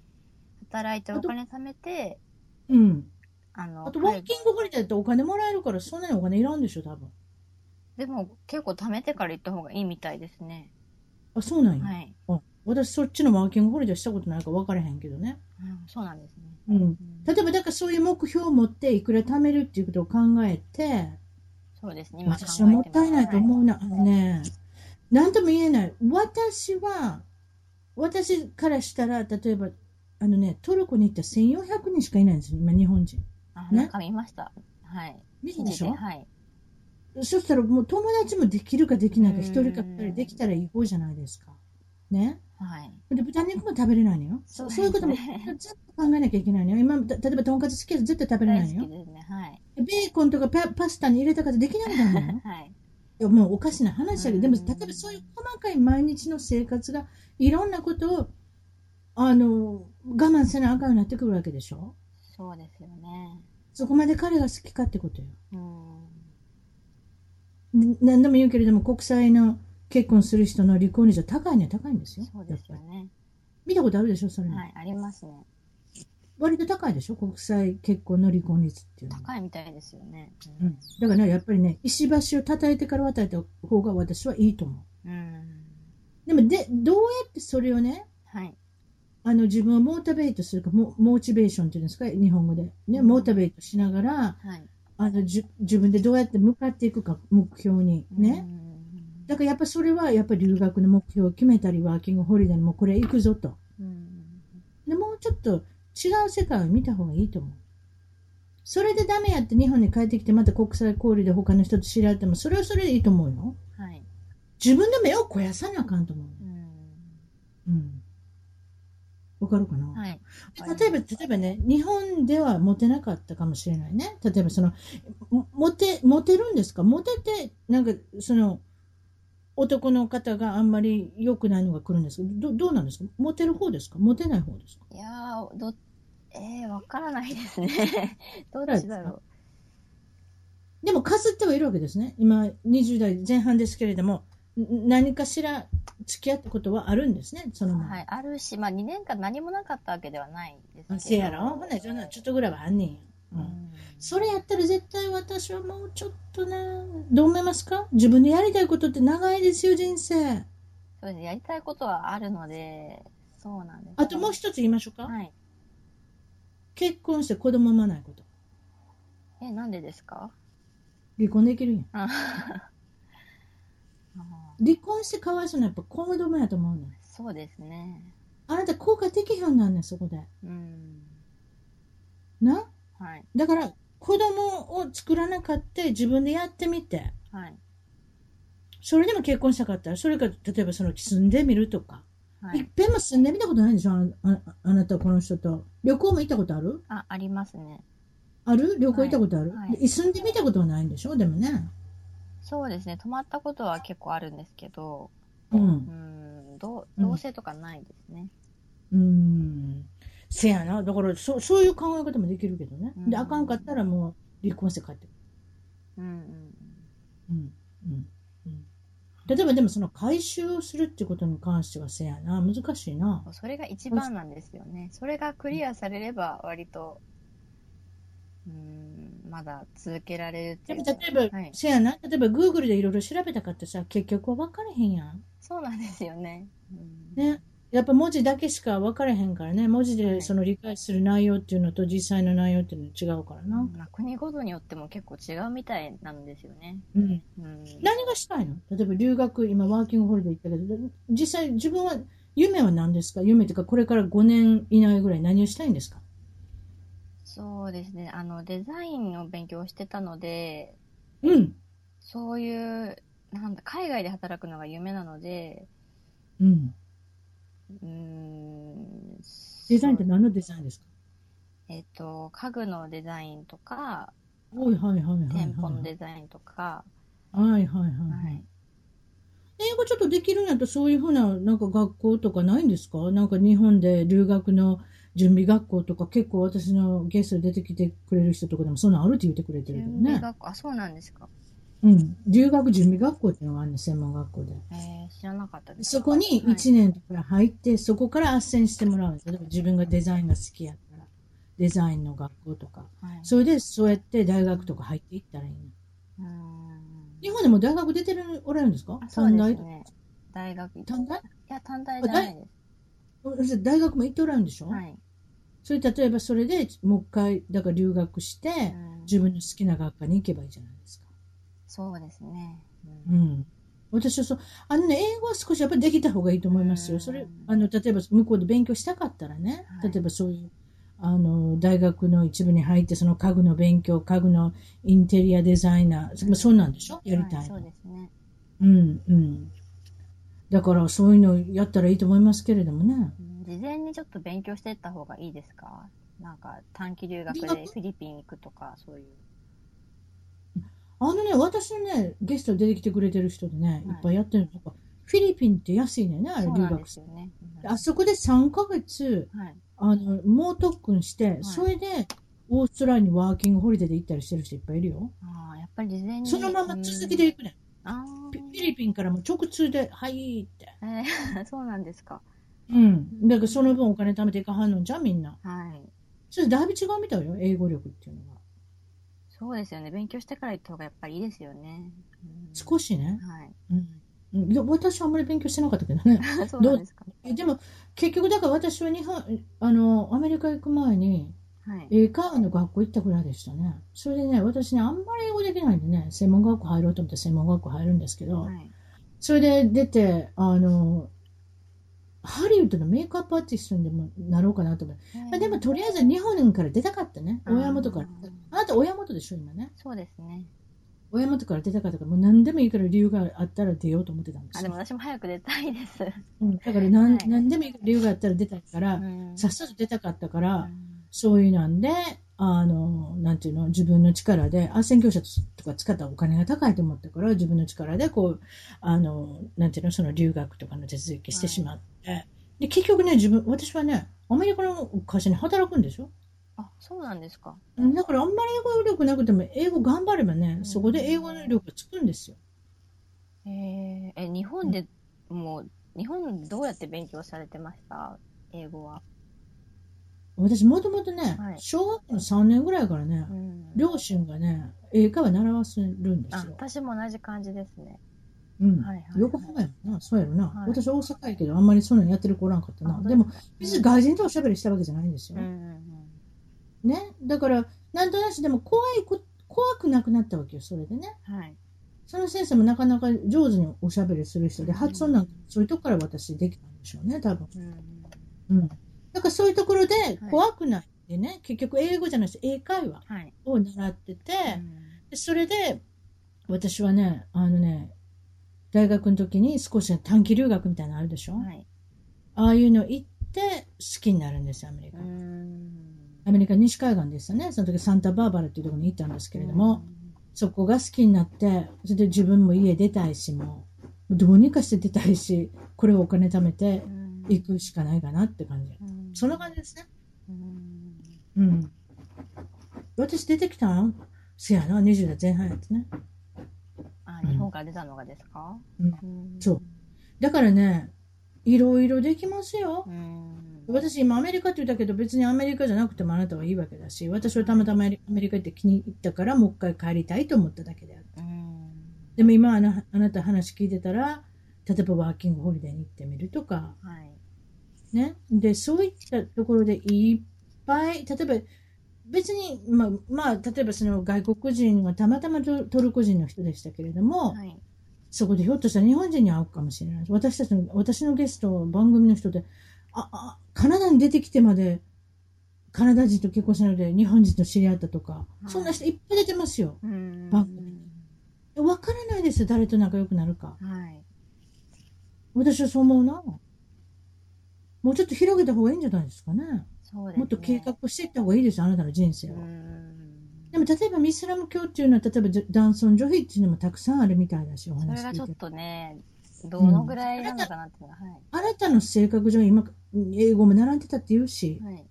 Speaker 2: 働いてお金貯めて、
Speaker 1: うん。
Speaker 2: あの、
Speaker 1: あとワ
Speaker 2: 海
Speaker 1: ーキングホリデーってお金もらえるから、そんなにお金いらんでしょ、多分。
Speaker 2: でも結構貯めてから行った方がいいみたいですね。
Speaker 1: あ、そうなんや。
Speaker 2: はい。
Speaker 1: あ私そっちのワーキングホリデーしたことないから分からへんけどね。
Speaker 2: うん、そうなんですね。
Speaker 1: うん。
Speaker 2: うん
Speaker 1: 例えば、だからそういう目標を持って、いくら貯めるっていうことを考えて、
Speaker 2: そうですね。今考えてます
Speaker 1: 私はもったいないと思うな。あのね、なんとも言えない。私は、私からしたら、例えば、あのね、トルコに行ったら1400人しかいないんですよ、今、日本人。
Speaker 2: あ、
Speaker 1: ね
Speaker 2: なんか見ました。はい。
Speaker 1: 見たでし
Speaker 2: 記事
Speaker 1: ょ
Speaker 2: はい。
Speaker 1: そしたら、もう友達もできるかできないか、
Speaker 2: うん
Speaker 1: 一人か二人できたらいい方じゃないですか。ね。
Speaker 2: はい。
Speaker 1: で、豚肉も食べれないのよ。そうそういうことも、ず
Speaker 2: ね
Speaker 1: っと考えなきゃいけないのよ。今、た例えば、とんかつ好きやつ絶対食べれ
Speaker 2: 大
Speaker 1: ないの
Speaker 2: 好き
Speaker 1: よ。
Speaker 2: ですね。はい。
Speaker 1: ベーコンとかパパスタに入れたかってできないんだもんよ。
Speaker 2: はい。
Speaker 1: いやもうおかしな話だけど、で
Speaker 2: うん
Speaker 1: も例えばそういう細かい毎日の生活がいろんなことをあの我慢せなあかんようになってくるわけでしょ
Speaker 2: そうですよね。
Speaker 1: そこまで彼が好きかってことよ。
Speaker 2: うん。
Speaker 1: で何度も言うけれども国際の結婚する人の離婚率は高いには高いんですよ。
Speaker 2: そうです
Speaker 1: や
Speaker 2: よ
Speaker 1: っぱり
Speaker 2: ね。
Speaker 1: 見たことあるでしょそれも、
Speaker 2: はい。ありますね。
Speaker 1: 割と高いでしょ国際結婚の離婚率っていうのは。
Speaker 2: 高いみたいですよね。
Speaker 1: うん、だからねやっぱりね石橋を叩いてから渡れた方が私はいいと思
Speaker 2: うん。うん。
Speaker 1: う。でもでどうやってそれをね
Speaker 2: はい。
Speaker 1: あの自分をモータベートするかモモチベーションっていうんですか日本語で、ね、
Speaker 2: うん
Speaker 1: モータベートしながら
Speaker 2: はい。
Speaker 1: あのじゅ自分でどうやって向かっていくか目標にね、
Speaker 2: うん。
Speaker 1: だからやっぱそれはやっぱり留学の目標を決めたりワーキングホリデーにもこれ行くぞと
Speaker 2: うん。
Speaker 1: でもうちょっと違う世界を見た方がいいと思うそれでダメやって日本に帰ってきてまた国際交流で他の人と知り合ってもそれはそれでいいと思うよ
Speaker 2: はい。
Speaker 1: 自分の目を肥やさなあかんと思う
Speaker 2: うん。
Speaker 1: うん、わかるかな、
Speaker 2: はい。
Speaker 1: 例えば、例えばね、日本ではモテなかったかもしれないね。例えば、その、もモテ、モテるんですかモテて、なんか、その、男の方があんまり良くないのが来るんですかどどうなんですかモテる方ですかモテない方ですか
Speaker 2: いやー、ど、えー、わからないですね。 どっちだろ
Speaker 1: でも、かすってはいるわけですね。今、20代前半ですけれども、ん何かしら付き合ったことはあるんですね、その
Speaker 2: う。
Speaker 1: 前。
Speaker 2: はい。あるし、まあ、2年間何もなかったわけではないですけど
Speaker 1: せやろほんならそんなちょっとぐらいはあんねんや。
Speaker 2: う
Speaker 1: うん
Speaker 2: ん
Speaker 1: それやったら絶対私はもうちょっとね、どう思いますか自分でやりたいことって長いですよ、人生。
Speaker 2: そうですね。やりたいことはあるので、そうなんです。
Speaker 1: あともう一つ言いましょうか。
Speaker 2: はい。
Speaker 1: 結婚して子供産まないこと。
Speaker 2: え、なんでですか
Speaker 1: 離婚できるやん。
Speaker 2: ああー
Speaker 1: 離婚してかわいそうなやっぱ子供やと思うねん。
Speaker 2: そうですね。
Speaker 1: あなた効果的へんなんねん、そこで。
Speaker 2: うん。
Speaker 1: な
Speaker 2: はい。
Speaker 1: だから、子供を作らなかった自分でやってみて。
Speaker 2: はい。
Speaker 1: それでも結婚したかったら、それか、例えばその住んでみるとか。、
Speaker 2: はい
Speaker 1: っ
Speaker 2: い。
Speaker 1: ぺんも住んでみたことないでしょあああなたこの人と。旅行も行ったことある
Speaker 2: あ、ありますね。
Speaker 1: ある旅行行ったことある、
Speaker 2: はいはい
Speaker 1: で住んでみたことはないんでしょでもね。
Speaker 2: そうですね。泊まったことは結構あるんですけど、
Speaker 1: う。
Speaker 2: うんん、どう
Speaker 1: うん
Speaker 2: 同棲とかないですね。
Speaker 1: うん。せやな。だから、そそういう考え方もできるけどね。で、
Speaker 2: うん
Speaker 1: あかんかったらもう離婚して帰ってくる。
Speaker 2: うん、うん、
Speaker 1: うん。うん。うん。例えばでもその回収をするってことに関してはせやな。難しいな
Speaker 2: う。ん。それが一番なんですよね。それがクリアされれば、割と、うん、まだ続けられるって
Speaker 1: で
Speaker 2: い
Speaker 1: も
Speaker 2: うか。
Speaker 1: 例えば、
Speaker 2: はい
Speaker 1: せやな。例えば Google でいろいろ調べたかってさ、結局は分からへんやん。
Speaker 2: そうなんですよね。うん、
Speaker 1: ね。やっぱ文字だけしか分からへんからね。文字
Speaker 2: は
Speaker 1: で
Speaker 2: い
Speaker 1: その理解する内容っていうのと実際の内容っていうのは違うからな。
Speaker 2: まあ国ごとによっても結構違うみたいなんですよね。
Speaker 1: うん
Speaker 2: うん、
Speaker 1: 何がしたいの例えば留学、今ワーキングホリデー行ったけど、実際自分は、夢は何ですか夢というか、これから5年以内ぐらい何をしたいんですか
Speaker 2: そうですね。あの、デザインを勉強してたので、
Speaker 1: うん。
Speaker 2: そういう、なんだ、海外で働くのが夢なので、
Speaker 1: うん。
Speaker 2: うーん、
Speaker 1: デザインって
Speaker 2: そう
Speaker 1: 何のデザインですか
Speaker 2: えっと、家具のデザインとか、
Speaker 1: はいはいはいはい。
Speaker 2: 店舗のデザインとか、
Speaker 1: はいはいはい。
Speaker 2: はい。
Speaker 1: 英語ちょっとできるんやったらそういうふうな、なんか学校とかないんですかなんか日本で留学の準備学校とか結構私のゲストで出てきてくれる人とかでもそんなんあるって言ってくれてるけど
Speaker 2: 準備
Speaker 1: ね。
Speaker 2: 学校、あ、そうなんですか。
Speaker 1: うん。留学準備学校っていうのがあるの、専門学校で。
Speaker 2: えー、知らなかったです。
Speaker 1: そこに1年とか入って、そこから斡旋してもらうんですよ。自分がデザインが好きやったら、デザインの学校とか。
Speaker 2: はい。
Speaker 1: それで、そうやって大学とか入っていったらいいの。
Speaker 2: うーん。
Speaker 1: 日本でも大学出てるおられるんですか
Speaker 2: あそう
Speaker 1: 短
Speaker 2: で
Speaker 1: 大
Speaker 2: すね。大学。い
Speaker 1: 短大
Speaker 2: や、短大じゃないです。
Speaker 1: 大学も行っておられるんでしょ、
Speaker 2: はい。
Speaker 1: それ、例えばそれでもう一回、だから留学して、
Speaker 2: うん
Speaker 1: 自分の好きな学科に行けばいいじゃないですか。
Speaker 2: そうですね。
Speaker 1: う。ん。私はそう、あのね、英語は少しやっぱりできた方がいいと思います
Speaker 2: うん
Speaker 1: よ。それ、あの、例えば向こうで勉強したかったらね、
Speaker 2: はい
Speaker 1: 例えばそういう、あの、大学の一部に入って、その家具の勉強、家具のインテリアデザイナー、そまあそうなんでしょやりた
Speaker 2: はい
Speaker 1: の
Speaker 2: そうですね。
Speaker 1: うん、うん。だからそういうのやったらいいと思いますけれどもね。
Speaker 2: うん事前にちょっと勉強していった方がいいですかなんか短期留学
Speaker 1: 留
Speaker 2: で
Speaker 1: 学
Speaker 2: フィリピン行くとか、そういう。
Speaker 1: あのね、私のね、ゲストで出てきてくれてる人でね、い
Speaker 2: はい
Speaker 1: っぱいやってるの。やっぱフィリピンって安いねんね、あれ
Speaker 2: そう
Speaker 1: 留
Speaker 2: なんで
Speaker 1: 学
Speaker 2: す
Speaker 1: 生
Speaker 2: よ。ね。うん
Speaker 1: あそこで3ヶ月、
Speaker 2: はい。
Speaker 1: あの、猛特訓して、それで、オーストラリアにワーキングホリデーで行ったりしてる人いっぱいいるよ。
Speaker 2: ああ、やっぱり事前に。
Speaker 1: そのまま続きで行くねん。
Speaker 2: うん。あ
Speaker 1: フィリピンからも直通で、はいって。
Speaker 2: あ。えー そうなんですか。
Speaker 1: うん。だからその分お金貯めていかはんのんじゃん、みんな。
Speaker 2: はい。
Speaker 1: それだいぶ違うみたいよ、英語力っていうのは。
Speaker 2: そうですよね。勉強してから行った方がやっぱりいいですよね。うん
Speaker 1: 少しね。
Speaker 2: はい。
Speaker 1: うん。うんいや私はあんまり勉強してなかったけど ね。
Speaker 2: そうなんですか。
Speaker 1: えでも、結局だから私は日本、あの、アメリカ行く前に、
Speaker 2: はい。
Speaker 1: 英会話の学校行ったぐらいでしたね。それでね、私ね、あんまり英語できないんでね、専門学校入ろうと思って専門学校入るんですけど、
Speaker 2: はい。
Speaker 1: それで出て、あの、ハリウッドのメイクアップアーティストにでもなろうかなと思って。まあでも、とりあえず日本から出たかったね。
Speaker 2: うん
Speaker 1: 親元から。あなた親元でしょ、今ね。
Speaker 2: そうですね。
Speaker 1: 親元から出たかったから、もう何でもいいから理由があったら出ようと思ってたんです
Speaker 2: あでも
Speaker 1: よ。
Speaker 2: 私も早く出たいです。
Speaker 1: うん、だから何,、
Speaker 2: はい
Speaker 1: 何でもいいから理由があったら出たいから、
Speaker 2: うん
Speaker 1: さっさと出たかったか
Speaker 2: う
Speaker 1: ら、
Speaker 2: ん
Speaker 1: そういうなんで、あの、なんていうの、自分の力で、斡旋業者とか使ったらお金が高いと思ったから、自分の力でこう、あの、なんていうの、その留学とかの手続きしてしまって、で、結局ね、自分、私はね、アメリカの会社に働くんでしょ
Speaker 2: あそうなんですか。
Speaker 1: だからあんまり英語力なくても、英語頑張ればね、そこで英語能力がつくんですよ。
Speaker 2: えーえ日本でもう日本どうやって勉強されてました英語は。
Speaker 1: 私、もともとね
Speaker 2: は、い
Speaker 1: 小学校の3年ぐらいからね
Speaker 2: う、ん、
Speaker 1: 両親がね、英会話習わせるんで
Speaker 2: あ
Speaker 1: すよ。
Speaker 2: 私も同じ感じですね。
Speaker 1: うん
Speaker 2: はいはいはい
Speaker 1: 横浜やもんな、そうやろな。
Speaker 2: はい
Speaker 1: 私、大阪やけど、あんまりそんなんやってる子おらんかったな。でも、別に
Speaker 2: が
Speaker 1: 外人とおしゃべりしたわけじゃないんです
Speaker 2: うん
Speaker 1: よ
Speaker 2: う。ん
Speaker 1: ね。だから、なんとなしでも怖いこ、怖くなくなったわけよ、それでね。
Speaker 2: うん、はい。
Speaker 1: その先生もなかなか上手におしゃべりする人で、発音なんか、そういうとこから私できたんでしょうね、多分。
Speaker 2: うん
Speaker 1: うん。だからそういうところで、怖くないでね、結局英語じゃなくて英会話
Speaker 2: はい。
Speaker 1: を習ってて、
Speaker 2: うん
Speaker 1: でそれで私はねあのね大学の時に少し短期留学みたいなのあるでしょ、
Speaker 2: はい。
Speaker 1: ああいうの行って好きになるんですよアメリカ、
Speaker 2: うん
Speaker 1: アメリカ西海岸でしたねその時サンタバーバラっていうところに行ったんですけれども、、そこが好きになってそれで自分も家出たいしもうどうにかして出たいしこれをお金貯めて
Speaker 2: うん
Speaker 1: 行くしかないかなって感じそんな感じ。ですね
Speaker 2: うん
Speaker 1: うん私出てきたんせやな20代前半やつね
Speaker 2: あ
Speaker 1: うん
Speaker 2: 日本から出たのがですか
Speaker 1: うん
Speaker 2: ん
Speaker 1: そうだからね、いろいろできますよ
Speaker 2: う。ん。
Speaker 1: 私今アメリカって言ったけど別にアメリカじゃなくてもあなたはいいわけだし、私はたまたまアメリカ行って気に入ったからもう一回帰りたいと思っただけである。
Speaker 2: うん
Speaker 1: でも今あなあなた話聞いてたら、例えばワーキングホリデーに行ってみるとか、
Speaker 2: はい。
Speaker 1: ね。で、そういったところでいっぱい、例えば別に、まあ、まあ、例えばその外国人がたまたまトトルコ人の人でしたけれども、
Speaker 2: はい。
Speaker 1: そこでひょっとしたら日本人に会うかもしれない。私たちの、私のゲスト、番組の人で、あ、あ、カナダに出てきてまで、カナダ人と結婚したので日本人と知り合ったとか、
Speaker 2: い
Speaker 1: そんな人いっぱい出てますよ。
Speaker 2: うん
Speaker 1: バッグわからないですよ、誰と仲良くなるか。
Speaker 2: はい。
Speaker 1: 私はそう思うな。もうちょっと広げた方がいいんじゃないですかね。
Speaker 2: そうですね。
Speaker 1: もっと計画していった方がいいですよ、あなたの人生
Speaker 2: う
Speaker 1: は。
Speaker 2: ん。
Speaker 1: でも例えばイスラム教っていうのは、例えばジョ男尊女卑っていうのもたくさんあるみたいだし、お
Speaker 2: そ
Speaker 1: 話
Speaker 2: れが
Speaker 1: 聞い
Speaker 2: ち
Speaker 1: て
Speaker 2: ょ
Speaker 1: る
Speaker 2: っとね、どのぐらいなのかなっていうのは、
Speaker 1: あなたの性格上、今、英語も習ってたって言うし、
Speaker 2: はい。はい。。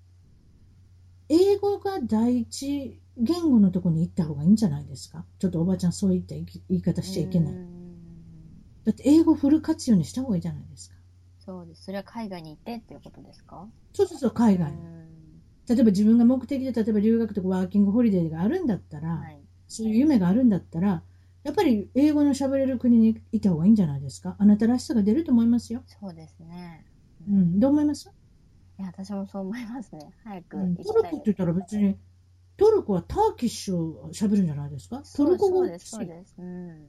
Speaker 1: 英語が第一言語のとこに行った方がいいんじゃないですかちょっとおばちゃんそういった言い言い方しちゃいけないう
Speaker 2: ん
Speaker 1: だって英語フル活用にした方がいいじゃないですか。
Speaker 2: そうです。それは海外に行ってっていうことですか
Speaker 1: そうそうそう、海外
Speaker 2: う
Speaker 1: に。
Speaker 2: ん
Speaker 1: 例えば自分が目的で、例えば留学とかワーキングホリデーがあるんだったら、
Speaker 2: はい。
Speaker 1: そういう夢があるんだったら、やっぱり英語の喋れる国にいた方がいいんじゃないですかあなたらしさが出ると思いますよ。
Speaker 2: そうですね。
Speaker 1: う。ん、どう思います、
Speaker 2: いや、私もそう思いますね。早く
Speaker 1: うんト
Speaker 2: 行き
Speaker 1: ル
Speaker 2: た
Speaker 1: コって
Speaker 2: い
Speaker 1: 言ったら別に、トルコはターキッシュを喋るんじゃないですか
Speaker 2: す。
Speaker 1: トルコ語
Speaker 2: そうです、そうです。うん。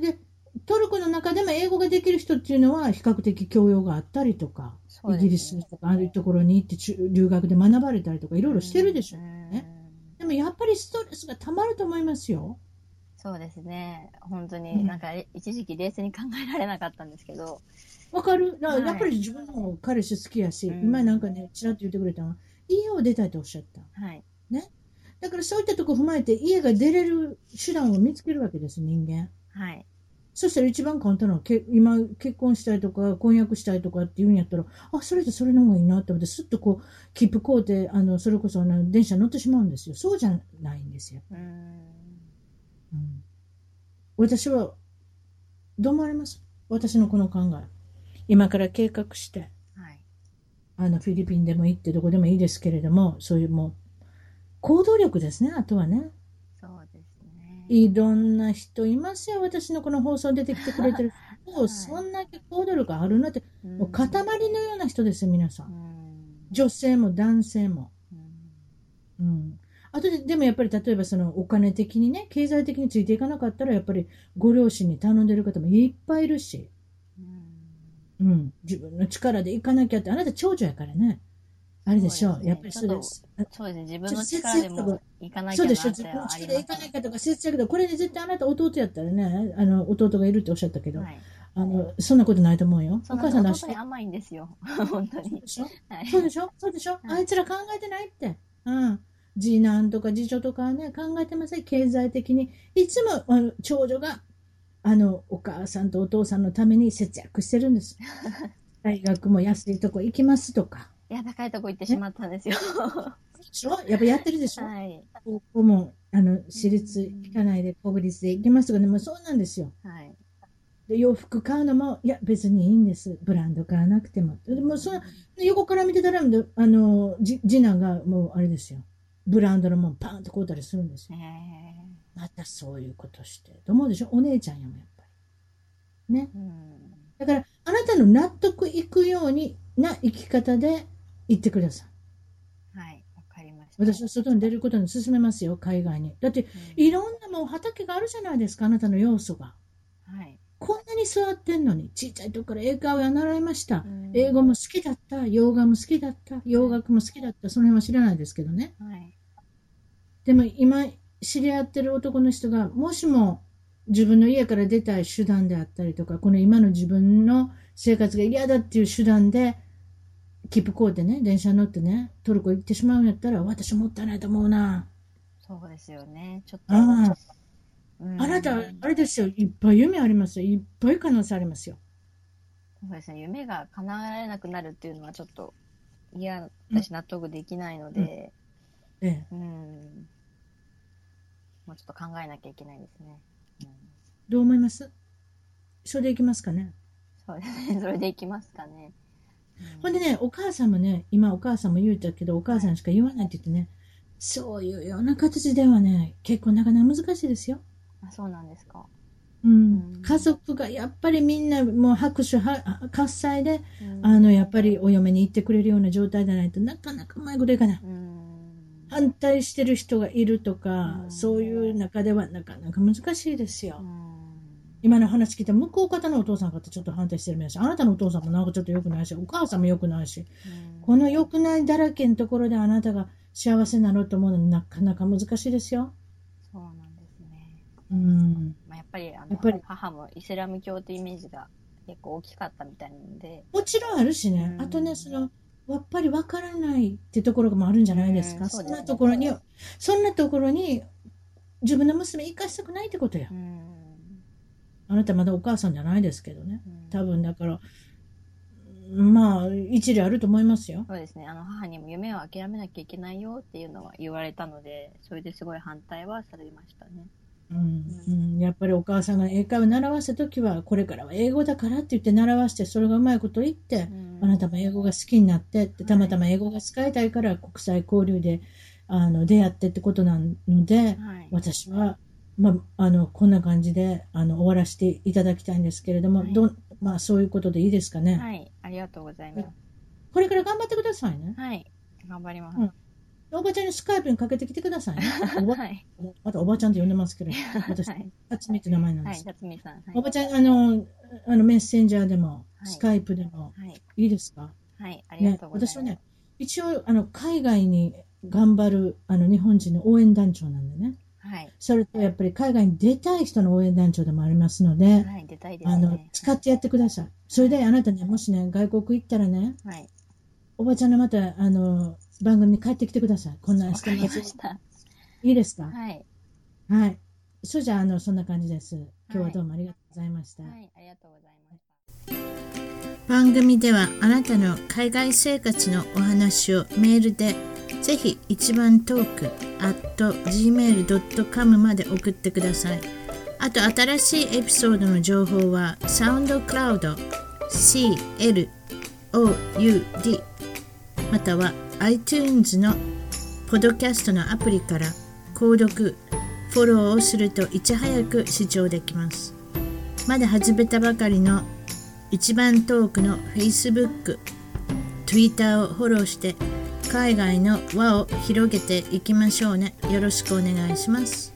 Speaker 1: で、トルコの中でも英語ができる人っていうのは比較的教養があったりとか、
Speaker 2: そうです
Speaker 1: イギリスとかああいうところに行って中留学で学ばれたりとかいろいろしてるでしょ。ね
Speaker 2: うん
Speaker 1: でもやっぱりストレスが溜まると思いますよ。
Speaker 2: そうですね。本当
Speaker 1: う
Speaker 2: に、
Speaker 1: ん
Speaker 2: なんか、一時期冷静に考えられなかったんですけど。
Speaker 1: わかるだから
Speaker 2: はい
Speaker 1: やっぱり自分の彼氏好きやし、
Speaker 2: うん
Speaker 1: 今なんかね、ちらっと言ってくれたのは、家を出たいとおっしゃった。
Speaker 2: はい。
Speaker 1: だからそういったとこ踏まえて家が出れる手段を見つけるわけです、人間。
Speaker 2: はい。
Speaker 1: そしたら一番簡単なのはけ今結婚したいとか婚約したいとかって言うんやったらあそれとそれの方がいいなって思ってすっとこう切符買うてあのそれこそあの電車乗ってしまうんですよそうじゃないんですよ、
Speaker 2: うん。
Speaker 1: うん、私はどう思われます私のこの考え今から計画して
Speaker 2: はい。
Speaker 1: あのフィリピンでも行ってどこでもいいですけれどもそういうもう行動力ですねあとはね
Speaker 2: そうですね。
Speaker 1: いろんな人いますよ私のこの放送出てきてくれてる人、そんだけ行動力あるなって
Speaker 2: うん
Speaker 1: もう塊のような人ですよ、皆さ。
Speaker 2: うんん。
Speaker 1: 女性も男性も。
Speaker 2: うん
Speaker 1: うん。あとで、でもやっぱり例えばそのお金的にね、経済的についていかなかったら、やっぱりご両親に頼んでる方もいっぱいいるし、
Speaker 2: うん
Speaker 1: うん。自分の力でいかなきゃって、あなた長女やからね。あれでしょ
Speaker 2: そう
Speaker 1: う。
Speaker 2: ですね
Speaker 1: やっぱりそれ
Speaker 2: ちょっとそうですね、自分の力でもいかない
Speaker 1: そ
Speaker 2: と
Speaker 1: う
Speaker 2: な
Speaker 1: で
Speaker 2: っ
Speaker 1: しょ。自
Speaker 2: て
Speaker 1: 分
Speaker 2: は
Speaker 1: の
Speaker 2: あり
Speaker 1: 力
Speaker 2: ま
Speaker 1: でい
Speaker 2: す
Speaker 1: かないかとか、節約だ。これで絶対あなた弟やったらね、あの、弟がいるっておっしゃったけど、
Speaker 2: はい。
Speaker 1: あの、そんなことないと思うよ。
Speaker 2: そ
Speaker 1: お
Speaker 2: う
Speaker 1: 母
Speaker 2: なん
Speaker 1: さん
Speaker 2: で
Speaker 1: な
Speaker 2: す
Speaker 1: し
Speaker 2: 弟。に甘いんですよ。 本当に
Speaker 1: で。しょ
Speaker 2: はい。
Speaker 1: そうでしょそうでしょ、あいつら考えてないって。うん。次男とか次女とかはね、考えてません。経済的に。いつも、あの、長女が、あの、お母さんとお父さんのために節約してるん です。大学も安いとこ行きますとか。
Speaker 2: いや、高いとこ行ってしまったんですよ。
Speaker 1: でしょやっぱやってるでしょ、
Speaker 2: はい。
Speaker 1: 高校も、あの、私立行かないで、国立で行きますとかね、もうそうなんですよ。
Speaker 2: はい。
Speaker 1: で洋服買うのも、いや、別にいいんです。ブランド買わなくても。でもうその横から見てたら、であの、じ次男がもうあれですよ。ブランドのもんパーンと買うたりするんです
Speaker 2: え
Speaker 1: よ。またそういうことして。と思うでしょお姉ちゃんやもん、やっぱり。ね。
Speaker 2: ーうん。
Speaker 1: だから、あなたの納得いくようにな生き方で言ってください。
Speaker 2: はい。わかりました。
Speaker 1: 私は外に出ることに勧めますよ、海外に。だって、
Speaker 2: うん
Speaker 1: いろんなもう畑があるじゃないですか、あなたの要素が。
Speaker 2: はい。
Speaker 1: こんなに座ってんのに、小さい時から英会話を習いました
Speaker 2: う。ん
Speaker 1: 英語も好きだった、洋画も好きだった、洋楽も好きだった、その辺は知らないですけどね。
Speaker 2: はい。
Speaker 1: でも今、知り合ってる男の人が、もしも自分の家から出たい手段であったりとか、この今の自分の生活が嫌だっていう手段で、切符買うてね、電車に乗ってね、トルコ行ってしまうんやったら、私もったいないと思うな。
Speaker 2: そうですよね。ちょっと。
Speaker 1: ああ
Speaker 2: うん
Speaker 1: あなた
Speaker 2: そ、
Speaker 1: あれですよ、いっぱい夢ありますよ。いっぱい可能性ありますよ。
Speaker 2: うですね。夢が叶えられなくなるっていうのはちょっと嫌だし納得できないので、
Speaker 1: ええ。
Speaker 2: うん。もうちょっと考えなきゃいけないですね。うん、
Speaker 1: どう思いますそれでいきますかね。
Speaker 2: そうですね。そ れでいきますかね。うん
Speaker 1: ほんでね、お母さんもね、今お母さんも言うたけど、お母さんしか言わないって言ってね、そういうような形ではね、結構なかなか難しいですよ。
Speaker 2: あ、そうなんですか。
Speaker 1: うん。
Speaker 2: うん
Speaker 1: 家族がやっぱりみんなもう拍手は、あ喝采で、
Speaker 2: うん
Speaker 1: あの、やっぱりお嫁に行ってくれるような状態じゃないとなかなかうまいこといかない。
Speaker 2: うん。
Speaker 1: 反対してる人がいるとか、
Speaker 2: うん
Speaker 1: そういう中ではなかなか難しいですよ。
Speaker 2: うん
Speaker 1: 今の話聞いて、向こう方のお父さん方ちょっと反対してるみたいだし、あなたのお父さんもなんかちょっと良くないし、お母さんも良くないし、この良くないだらけのところであなたが幸せなのと思うのはなかなか難しいですよ。
Speaker 2: そうなんですね。
Speaker 1: うん。
Speaker 2: まあ、やっぱりあの
Speaker 1: やっぱり
Speaker 2: 母もイスラム教ってイメージが結構大きかったみたいなので、
Speaker 1: もちろんあるしね。
Speaker 2: うん
Speaker 1: あとね、その、やっぱりわからないってところもあるんじゃないですか。
Speaker 2: うん
Speaker 1: そ
Speaker 2: そうんですね
Speaker 1: なところに、そんなところに自分の娘生かしたくないってことや
Speaker 2: う。ん
Speaker 1: あなたまだお母さんじゃないですけどね。
Speaker 2: うん
Speaker 1: 多分だから、まあ、一理あると思いますよ。
Speaker 2: そうですねあの母にも夢を諦めなきゃいけないよっていうのは言われたのでそれですごい反対はされましたね。
Speaker 1: うんうん、やっぱりお母さんが英会話習わせた時はこれからは英語だからって言って習わせてそれがうまいこと言って
Speaker 2: うん
Speaker 1: あなたも英語が好きになってってたまたま英語が使いたいから国際交流であの出会ってってことなので
Speaker 2: はい、
Speaker 1: 私は、まあ、あのこんな感じであの終わらせていただきたいんですけれども、
Speaker 2: はい
Speaker 1: どんまあ、そういうことでいいですかね、
Speaker 2: はい、ありがとうございます。
Speaker 1: これから頑張ってくださいね
Speaker 2: はい、頑張ります。
Speaker 1: うんおばちゃんにスカイプにかけてきてくだ さいねおば
Speaker 2: はい、
Speaker 1: またおばちゃんって呼んでますけど私
Speaker 2: はい、
Speaker 1: 辰巳って名前なんで
Speaker 2: は
Speaker 1: す
Speaker 2: い、辰巳さん。はい
Speaker 1: おばちゃん、あの、あのメッセンジャーでも、
Speaker 2: はい
Speaker 1: スカイプでも、
Speaker 2: はい、
Speaker 1: いいですか
Speaker 2: はい、ありが
Speaker 1: ね、
Speaker 2: とうございます。
Speaker 1: 私はね、一応、あの、海外に頑張る、あの、日本人の応援団長なんでね。
Speaker 2: はい、
Speaker 1: それと、やっぱり海外に出たい人の応援団長でもありますので、
Speaker 2: はい、出たいですね。
Speaker 1: あの、使ってやってください。それで、あなたね、もしね、外国行ったらね、
Speaker 2: はい、
Speaker 1: おばちゃんのまた、あの、番組に帰ってきてください。こんなん
Speaker 2: わ
Speaker 1: し
Speaker 2: か
Speaker 1: て
Speaker 2: り
Speaker 1: ま。
Speaker 2: ますした。
Speaker 1: いいですか
Speaker 2: はい、
Speaker 1: はい。それじゃあ、あの、そんな感じです。今日はどうもありがとうございました。
Speaker 2: はい、ありがとうございました。
Speaker 3: 番組ではあなたの海外生活のお話をメールでぜひ一番トーク at gmail.com まで送ってくださいあと新しいエピソードの情報はサウンドクラウド CLOUD または iTunes のポッドキャストのアプリから購読フォローをするといち早く視聴できますまだ始めたばかりの一番トークの Facebook、Twitter をフォローして海外の輪を広げていきましょうね。よろしくお願いします。